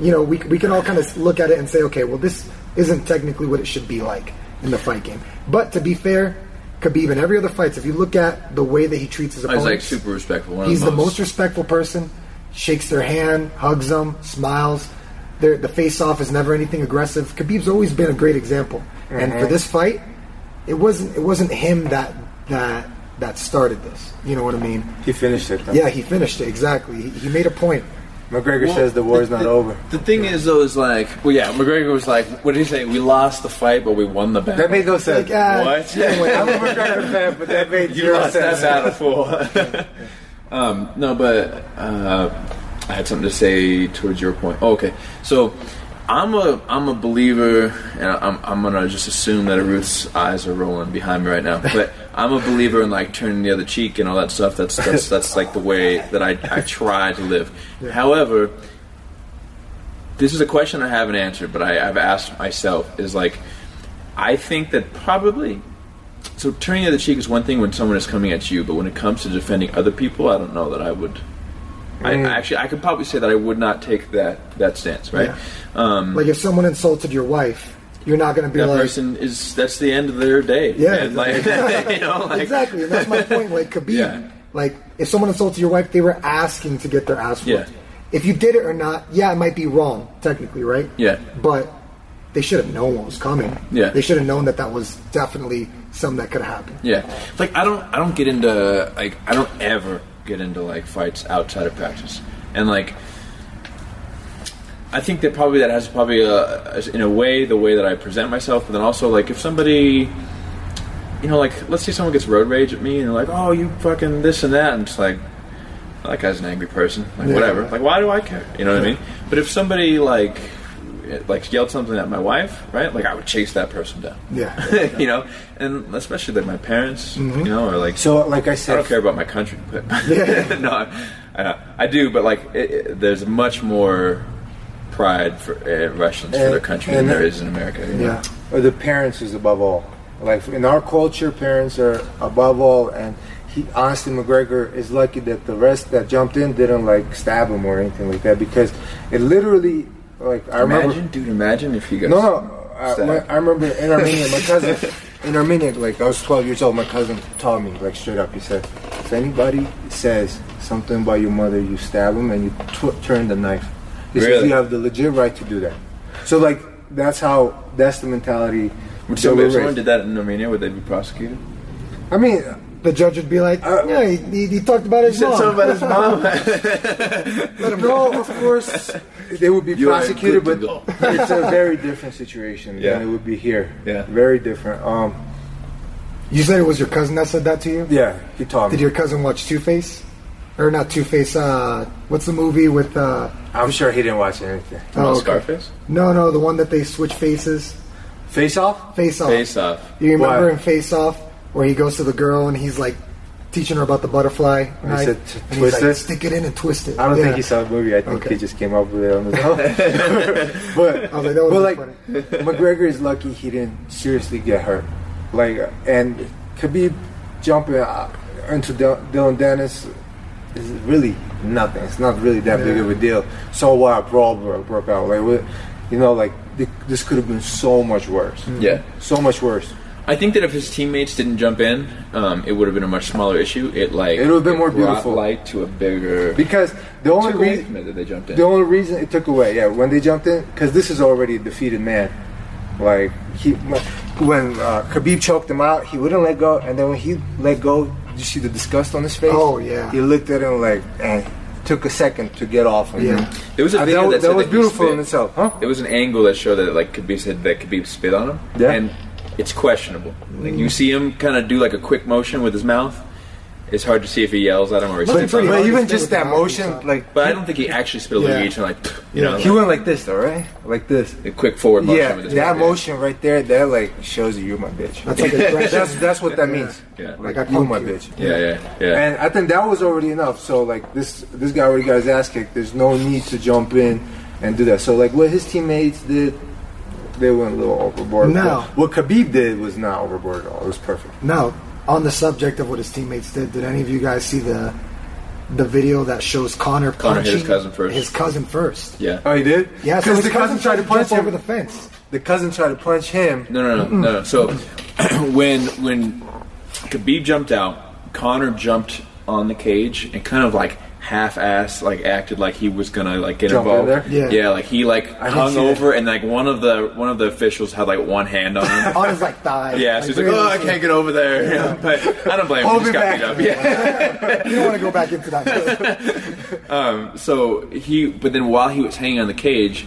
C: you know, we we can all kind of look at it and say, okay, well, this isn't technically what it should be like in the fight game. But to be fair, Khabib in every other fights, if you look at the way that he treats his
A: I was
C: opponents,
A: Oh, like super respectful. One
C: He's
A: of
C: the most respectful person. Shakes their hand, hugs them, smiles. Their, the face off is never anything aggressive. Khabib's always been a great example, and
A: Mm-hmm.
C: for this fight, it wasn't it wasn't him that that that started this. You know what I mean?
B: He finished it. Though.
C: Yeah, he finished it exactly. He, he made a point.
B: McGregor
A: Well,
B: says the war's
A: the-
B: not over.
A: The thing is, though, is like, well, yeah, McGregor was like, what did he say? We lost the fight, but we won the battle.
B: That made no sense.
C: Like,
A: [laughs]
C: ah,
A: What?
C: anyway,
B: I'm a McGregor fan, but that made
A: you
B: zero
A: lost
B: sense.
A: that battle, fool.
B: [laughs]
A: um, no, but uh, I had something to say towards your point. Oh, okay, so I'm a I'm a believer, and I'm I'm gonna just assume that Ruth's eyes are rolling behind me right
B: [laughs]
A: now. But I'm a believer in like turning the other cheek and all that stuff. That's that's that's like the way that I I try to live. However. This is a question I haven't answered, but I, I've asked myself is like, I think that probably so turning the other cheek is one thing when someone is coming at you, but when it comes to defending other people, I don't know that I would. I,
B: Mm.
A: actually, I could probably say that I would not take that that stance. Right?
C: Yeah.
A: Um,
C: like if someone insulted your wife, you're not going to be
A: that
C: like
A: person is that's the end of their day.
C: Yeah,
A: man. [laughs] like you know, like
C: exactly,
A: [laughs]
C: and that's my point. Like Khabib,
A: Yeah.
C: like if someone insulted your wife, they were asking to get their ass
A: Yeah.
C: whooped. If you did it or not, yeah, it might be wrong technically, right?
A: Yeah.
C: But they should have known what was coming.
A: Yeah.
C: They should have known that that was definitely something that could have happened.
A: Yeah, like I don't, I don't get into like I don't ever get into like fights outside of practice, and like I think that probably that has probably a, in a way the way that I present myself, but then also like if somebody, you know, like let's say someone gets road rage at me and they're like, oh, you fucking this and that, and it's like that guy's an angry person, like
C: Yeah.
A: whatever, like why do I care? You know what I mean? But if somebody like like yelled something at my wife, right? Like I would chase that person down.
C: Yeah.
A: [laughs] you know, and especially like my parents, you know, or like
B: Mm-hmm. So, like I
A: I
B: said,
A: don't care about my country, [laughs] but no, I, I, I do. But like, it, it, there's much more pride for uh, Russians for
B: And-
A: their country
B: and-
A: than there is in America. you know?
C: Yeah.
B: Or the parents is above all. Like in our culture, parents are above all. And he, honestly, McGregor is lucky that the rest that jumped in didn't like stab him or anything like that because it literally, like I
A: Imagine,
B: remember.
A: dude. Imagine if you guys.
B: No, no. I,
A: Stab.
B: when- I remember in Armenia, my cousin. In Armenia, like I was 12 years old, my cousin told me, like straight up, he said, "If anybody says something about your mother, you stab them and you tw- turn the knife." He says
A: Really?
B: you have the legit right to do that. So like that's how that's the mentality.
A: So
B: that we're
A: if someone
B: raised.
A: did that in Armenia, would they be prosecuted?
B: I mean,
C: The judge would be like,
B: Uh,
C: yeah, he, he, he talked about his mom.
A: [laughs]
B: [laughs] no, of course they would be
A: You are
B: prosecuted,
A: good
B: but
A: to
B: [laughs] it's a very different situation
A: Yeah.
B: than it would be here.
A: Yeah.
B: very different. Um,
C: You said it was your cousin that said that to you.
B: yeah, he taught me.
C: Did your cousin watch Two Face, or not Two Face? Uh, what's the movie with? Uh,
B: I'm sure he didn't watch anything.
C: oh, okay.
A: Scarface.
C: No, no, the one that they switch faces.
B: Face off.
C: Face off.
A: Face off.
C: You remember
B: Why?
C: in Face Off where he goes to the girl and he's like teaching her about the butterfly knife,
B: said, "T-
C: and he's
B: twist
C: like,
B: it?"
C: stick it in and twist it.
B: I don't
C: Yeah.
B: think he saw the movie. I think
C: Okay.
B: he just came up with it [laughs] on his own. but uh,
C: I was like,
B: but
C: that would
B: like
C: be funny.
B: McGregor is lucky he didn't seriously get hurt. Like and Khabib jumping uh, into Dil- Dylan Dennis is really nothing. It's not really that big
C: Yeah.
B: of a deal. So what? A brawl bro- broke out. Like what- you know, like th- this could have been so much worse.
A: Yeah.
B: So much worse.
A: I think that if his teammates didn't jump in, um, it would have been a much smaller issue. It like
B: It would have been more
A: brought
B: beautiful.
A: light to a bigger.
B: Because the only
A: took away
B: reason
A: from it that they jumped in.
B: The only reason it took away, yeah, when they jumped in, because this is already a defeated man. Like he, when uh, Khabib choked him out, he wouldn't let go, and then when he let go, you see the disgust on his face.
C: Oh, yeah.
B: He looked at him like, and took a second to get off. And
C: Yeah.
A: There was a
B: Uh,
A: video
B: that,
A: that,
B: that
A: said
B: was
A: that he
B: beautiful
A: spit.
B: in itself, huh?
A: There was an angle that showed that like Khabib said that Khabib spit on him,
B: Yeah.
A: and it's questionable. Like you see him kind of do like a quick motion with his mouth. It's hard to see if he yells at him or he
C: But
A: spits
B: But
A: on
C: pretty
A: him.
C: hard to
B: even
C: see
B: just
C: with the
B: that
C: mouth
B: motion,
C: inside.
B: like
A: But I don't think he actually spit a
C: Yeah.
A: yeah. and like [laughs] you know
B: he
A: like,
B: went like this, though, right? Like this.
A: a quick forward motion.
B: Yeah,
A: with
B: that
A: his hand.
B: motion right there, that like shows you you're my bitch. [laughs]
C: That's like a threat.
B: that's that's what that means.
A: Yeah.
B: Like,
C: Like, I
B: you my
C: punked you.
B: bitch.
A: Yeah, yeah, yeah.
B: And I think that was already enough. So like this this guy already got his ass kicked. There's no need to jump in and do that. So like what his teammates did, they went a little overboard.
C: No.
B: What Khabib did was not overboard at all. It was perfect.
C: Now, on the subject of what his teammates did, did any of you guys see the the video that shows Connor
A: Conor hit
C: punching
A: his cousin first.
C: His cousin first.
A: yeah.
B: Oh, he did?
C: Yeah, so
B: Because
C: his
B: the cousin, tried to punch
C: jump
B: him.
C: over the fence.
B: the cousin tried to punch him.
A: No, no, no, no. no. So [clears throat] when when Khabib jumped out, Connor jumped on the cage and kind of like half-ass like acted like he was gonna like get
B: Jump in
A: involved.
B: there?
C: Yeah.
A: yeah, like he like
B: didn't
A: hung
B: see that.
A: over and like one of the one of the officials had like one hand on
B: [laughs]
A: him.
C: On his like thigh.
A: Yeah, so he's like, oh, I can't get over there. Yeah, [laughs] but I don't blame him.
B: Hold
A: He just
B: me
A: got
B: back.
A: beat up. Yeah.
C: You don't want to go back into
A: [laughs]
C: that.
A: So he, but then while he was hanging on the cage,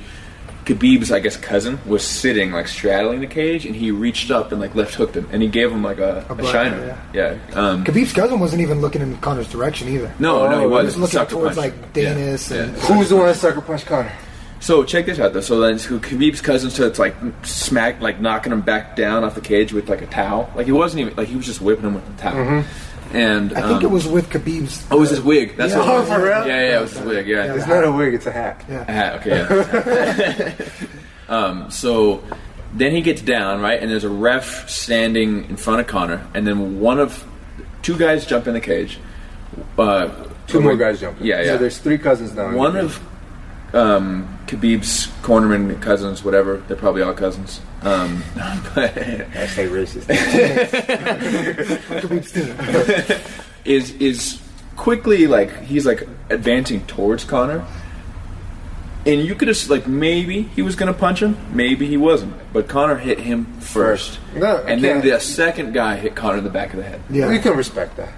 A: Khabib's, I guess, cousin was sitting like straddling the cage, and he reached up and like left hooked him, and he gave him like a, a,
C: blow,
A: shiner. Yeah. Um,
C: Khabib's cousin wasn't even looking in Connor's direction either.
A: no, no, he wasn't.
B: Oh,
C: he was looking
A: Sucker
C: towards
A: punch.
C: like
A: Yeah,
C: Danis and
A: yeah.
B: Who's the one that sucker punched Connor?
A: So check this out though. So then so Khabib's cousin starts like smack, like knocking him back down off the cage with like a towel. Like he wasn't even like he was just whipping him with a towel. And
C: I think
A: um,
C: it was with Khabib's.
A: Oh, it was his wig. That's
C: Yeah.
A: what it was.
B: Oh, for real?
A: Yeah, yeah, it was his wig. Yeah.
B: It's not a wig, it's a hat.
A: A
C: Yeah.
A: hat, Ah, okay. Yeah.
B: [laughs]
A: um, so then he gets down, right? And there's a ref standing in front of Connor, and then one of two guys jump in the cage. Uh,
B: Two more guys jumped.
A: Yeah, yeah.
B: So there's three cousins now.
A: one of um, Khabib's cornerman cousins, whatever. They're probably all cousins. Um, [laughs] but
B: I say racist. [laughs]
C: Khabib's team.
A: is is quickly like he's like advancing towards Connor, and you could have like maybe he was gonna punch him, maybe he wasn't, but Connor hit him first,
B: No, I
A: and then
B: can't.
A: the second guy hit Connor in the back of the head.
C: Yeah.
B: You can respect that.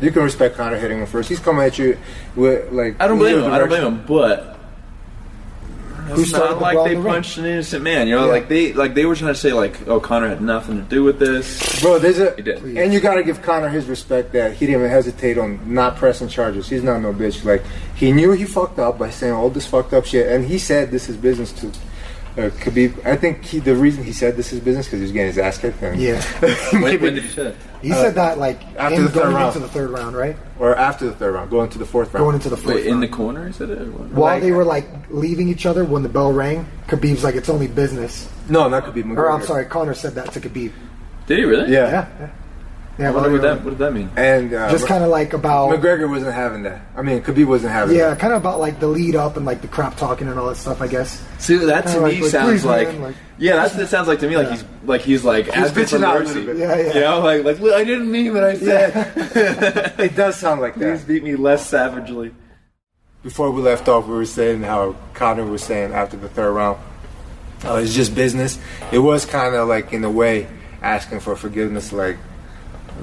B: You can respect Connor hitting him first. He's coming at you with like
A: I don't blame
B: your
A: him. I don't
B: direction.
A: blame him, but. It's
C: started
A: not
C: the
A: like
C: brawl
A: they
C: in the ring?
A: punched an innocent man, you know.
C: Yeah.
A: Like they, like they were trying to say, like, "Oh, Connor had nothing to do with
C: [laughs]
A: this."
B: Bro, there's a
A: He did.
B: and you gotta give Connor his respect that he didn't even hesitate on not pressing charges. He's not no bitch. Like he knew he fucked up by saying all this fucked up shit, and he said this is business too. Uh, Khabib, I think he, the reason he said this is business because he was getting his ass kicked. And [laughs]
C: Yeah.
A: When, when did you say that?
C: He said that like
B: after
C: in
B: the third
C: going
B: round.
C: into the third round, right?
B: or after the third round, going to the fourth round.
C: Going into the fourth
A: Wait, in
C: round.
A: the corner? Is it? or what?
C: While
B: like-
C: they were like leaving each other when the bell rang, Khabib's like, "It's only business."
B: no, not Khabib. McGregor.
C: Or I'm sorry, Connor said that to Khabib.
A: Did he really?
B: Yeah.
C: Yeah, yeah. yeah
A: I
C: while
A: wonder
C: they
A: what
C: were-
A: that. What did that mean?
B: And uh,
C: just kind of like about
B: McGregor wasn't having that. I mean, Khabib wasn't having
C: yeah,
B: that. [laughs]
C: kind of about like the lead up and like the crap talking and all that stuff. I guess.
A: See, that to
C: Kinda
A: me
C: like, like,
A: sounds
C: please,
A: like,
C: man, like-
A: yeah, that's that sounds like to me like he's like he's like asking for
B: bitching out a
A: mercy.
B: little bit.
C: Yeah,
A: [laughs]
C: yeah.
A: You know, like like "Look, I didn't mean what I said.
B: It does sound like that.
A: Please beat me less savagely.
B: before we left off, we were saying how Connor was saying after the third round, uh, it's just business. It was kind of like, in a way, asking for forgiveness, like,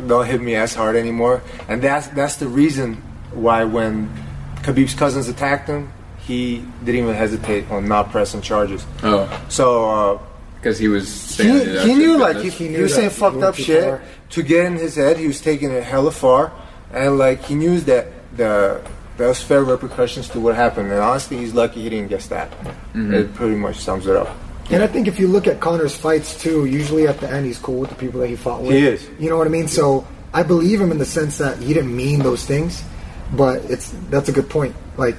B: don't hit me as hard anymore. And that's that's the reason why when Khabib's cousins attacked him, he didn't even hesitate on not pressing charges.
A: Oh,
B: So uh,
A: because he was
B: he,
A: saying
B: knew- he knew, like, he,
C: He
B: he
C: knew
B: was saying
C: that he
B: fucked
C: went
B: up
C: too
B: shit
C: far.
B: to get in his head. He was taking it hella far, and like he knew that the there was fair repercussions to what happened. And honestly, he's lucky he didn't get stabbed.
C: Mm-hmm.
B: It pretty much sums it up.
C: And I think if you look at Connor's fights too, usually at the end he's cool with the people that he fought with.
B: He is.
C: You know what I mean? So I believe him in the sense that he didn't mean those things, but it's that's a good point. Like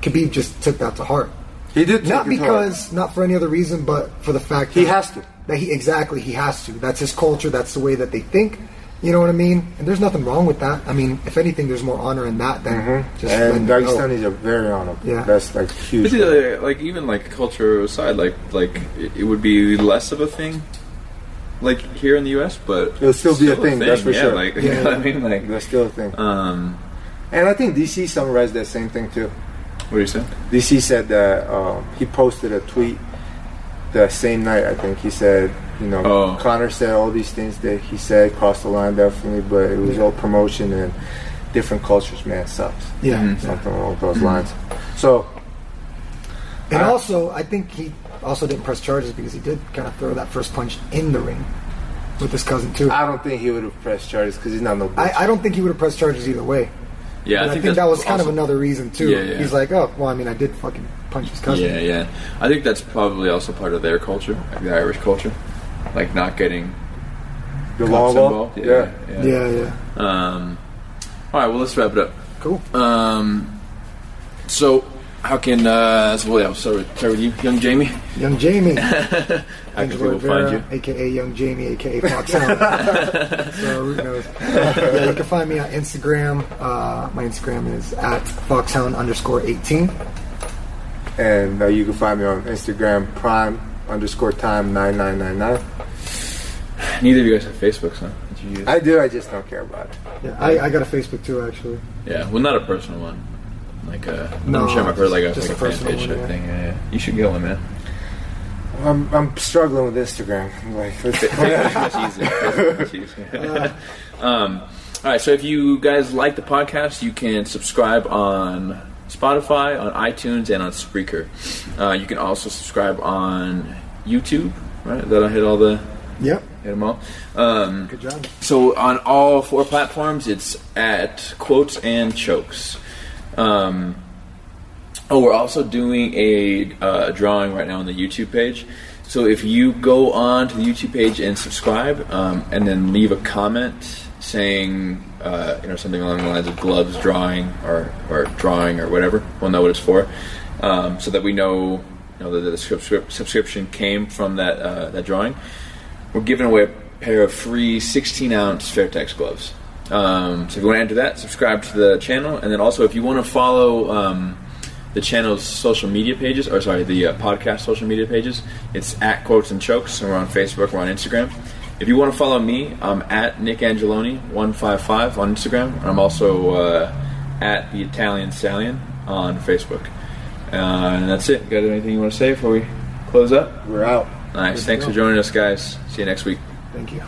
C: Khabib just took that to heart.
B: He did take
C: Not
B: it hard.
C: because, not for any other reason, but for the fact
B: He
C: that,
B: has to.
C: That he exactly he has to. That's his culture. That's the way that they think. You know what I mean? And there's nothing wrong with that. I mean, if anything, there's more honor in that than Mm-hmm. just letting
B: Mm-hmm. And
C: it go.
B: Dagestanis are very honorable.
C: Yeah.
B: That's like
A: But
B: huge.
A: the, like even like culture aside, like like it, it would be less of a thing, like here in the U.S. But
B: It'll still be a thing, that's for
A: yeah,
B: sure.
A: Like [laughs] you know what I mean, like
B: That's still a thing.
C: Uh.
A: um,
B: and I think DC summarized that same thing too.
A: what do you say?
B: DC said that um, he posted a tweet the same night. I think he said, you know,
A: Oh.
B: Connor said all these things that he said crossed the line definitely, but it was all promotion and different cultures. Man, it sucks.
C: Yeah. Mhm.
B: something along those lines. So
C: And
B: Uh,
C: also, I think he also didn't press charges because he did kind of throw that first punch in the ring with his cousin too.
A: Ah.
C: I,
B: I don't think he would have pressed charges because he's not no. bitch.
C: I don't think he would have pressed charges either way.
A: Yeah,
C: And I, think, that
A: that's
C: was kind of
A: also-
C: another reason too.
A: Yeah, yeah.
C: He's like, oh, well, I mean, I did fucking punch his cousin.
A: Yeah, yeah. I think that's probably also part of their culture, like the Irish culture, like not getting
B: the law
A: cops
B: law.
A: involved.
B: Yeah.
A: yeah.
C: yeah, yeah.
A: Um, all right, well, let's wrap it up.
C: Cool.
A: Um, so, how can uh, so, well, yeah, I'll start with, start with you, young Jamie.
C: Young
A: [laughs]
C: Jamie,
A: How can
C: Angelo
A: people find you?
C: Rivera, aka Young Jamie,
A: [laughs]
C: aka Fox Hound. so who knows? Yeah, you can find me on Instagram. Uh, my Instagram is at foxhound underscore eighteen.
B: And uh, you can find me on Instagram prime underscore time nine nine nine nine.
A: Neither of you guys have Facebooks, huh? Did you use-
B: I do. I just don't care about it.
C: Yeah, I, I got a Facebook too, actually.
A: yeah, well, not a personal one. Like a
C: No,
A: I'm sure my per- like a,
C: just- just
A: like a
C: a
A: fan
C: personal
A: page
C: one,
A: type
C: yeah.
A: thing. Yeah, yeah. You should get one, [laughs] man.
B: I'm, I'm struggling with Instagram. [laughs] Like, let's-
A: Much easier. Much
C: [laughs]
A: easier. um, all right, so if you guys like the podcast, you can subscribe on Spotify, on iTunes, and on Spreaker. Uh, you can also subscribe on YouTube. Right, that'll hit all the
C: Yep.
A: hit them all. Um,
C: Good job.
A: so on all four platforms, it's at quotes and chokes. Um, oh, we're also doing a uh, drawing right now on the YouTube page. So if you go on to the YouTube page and subscribe, um, and then leave a comment saying uh, you know something along the lines of gloves drawing or or drawing or whatever, we'll know what it's for, um, so that we know you know that the subscrip- subscription came from that uh, that drawing we're giving away a pair of free 16 ounce Fairtex gloves. Um, so if you want to enter that, subscribe to the channel, and then also if you want to follow um, the channel's social media pages, or sorry, the uh, podcast social media pages, it's at Quotes and Chokes, and we're on Facebook, we're on Instagram. If you want to follow me, I'm at Nick Angeloni 155 on Instagram, and I'm also uh, at the Italian Stallion on Facebook. Uh, and that's it. Got anything you want to say before we close up?
B: we're out.
A: Nice. Thanks for joining us, guys. See you next week.
C: Thank you.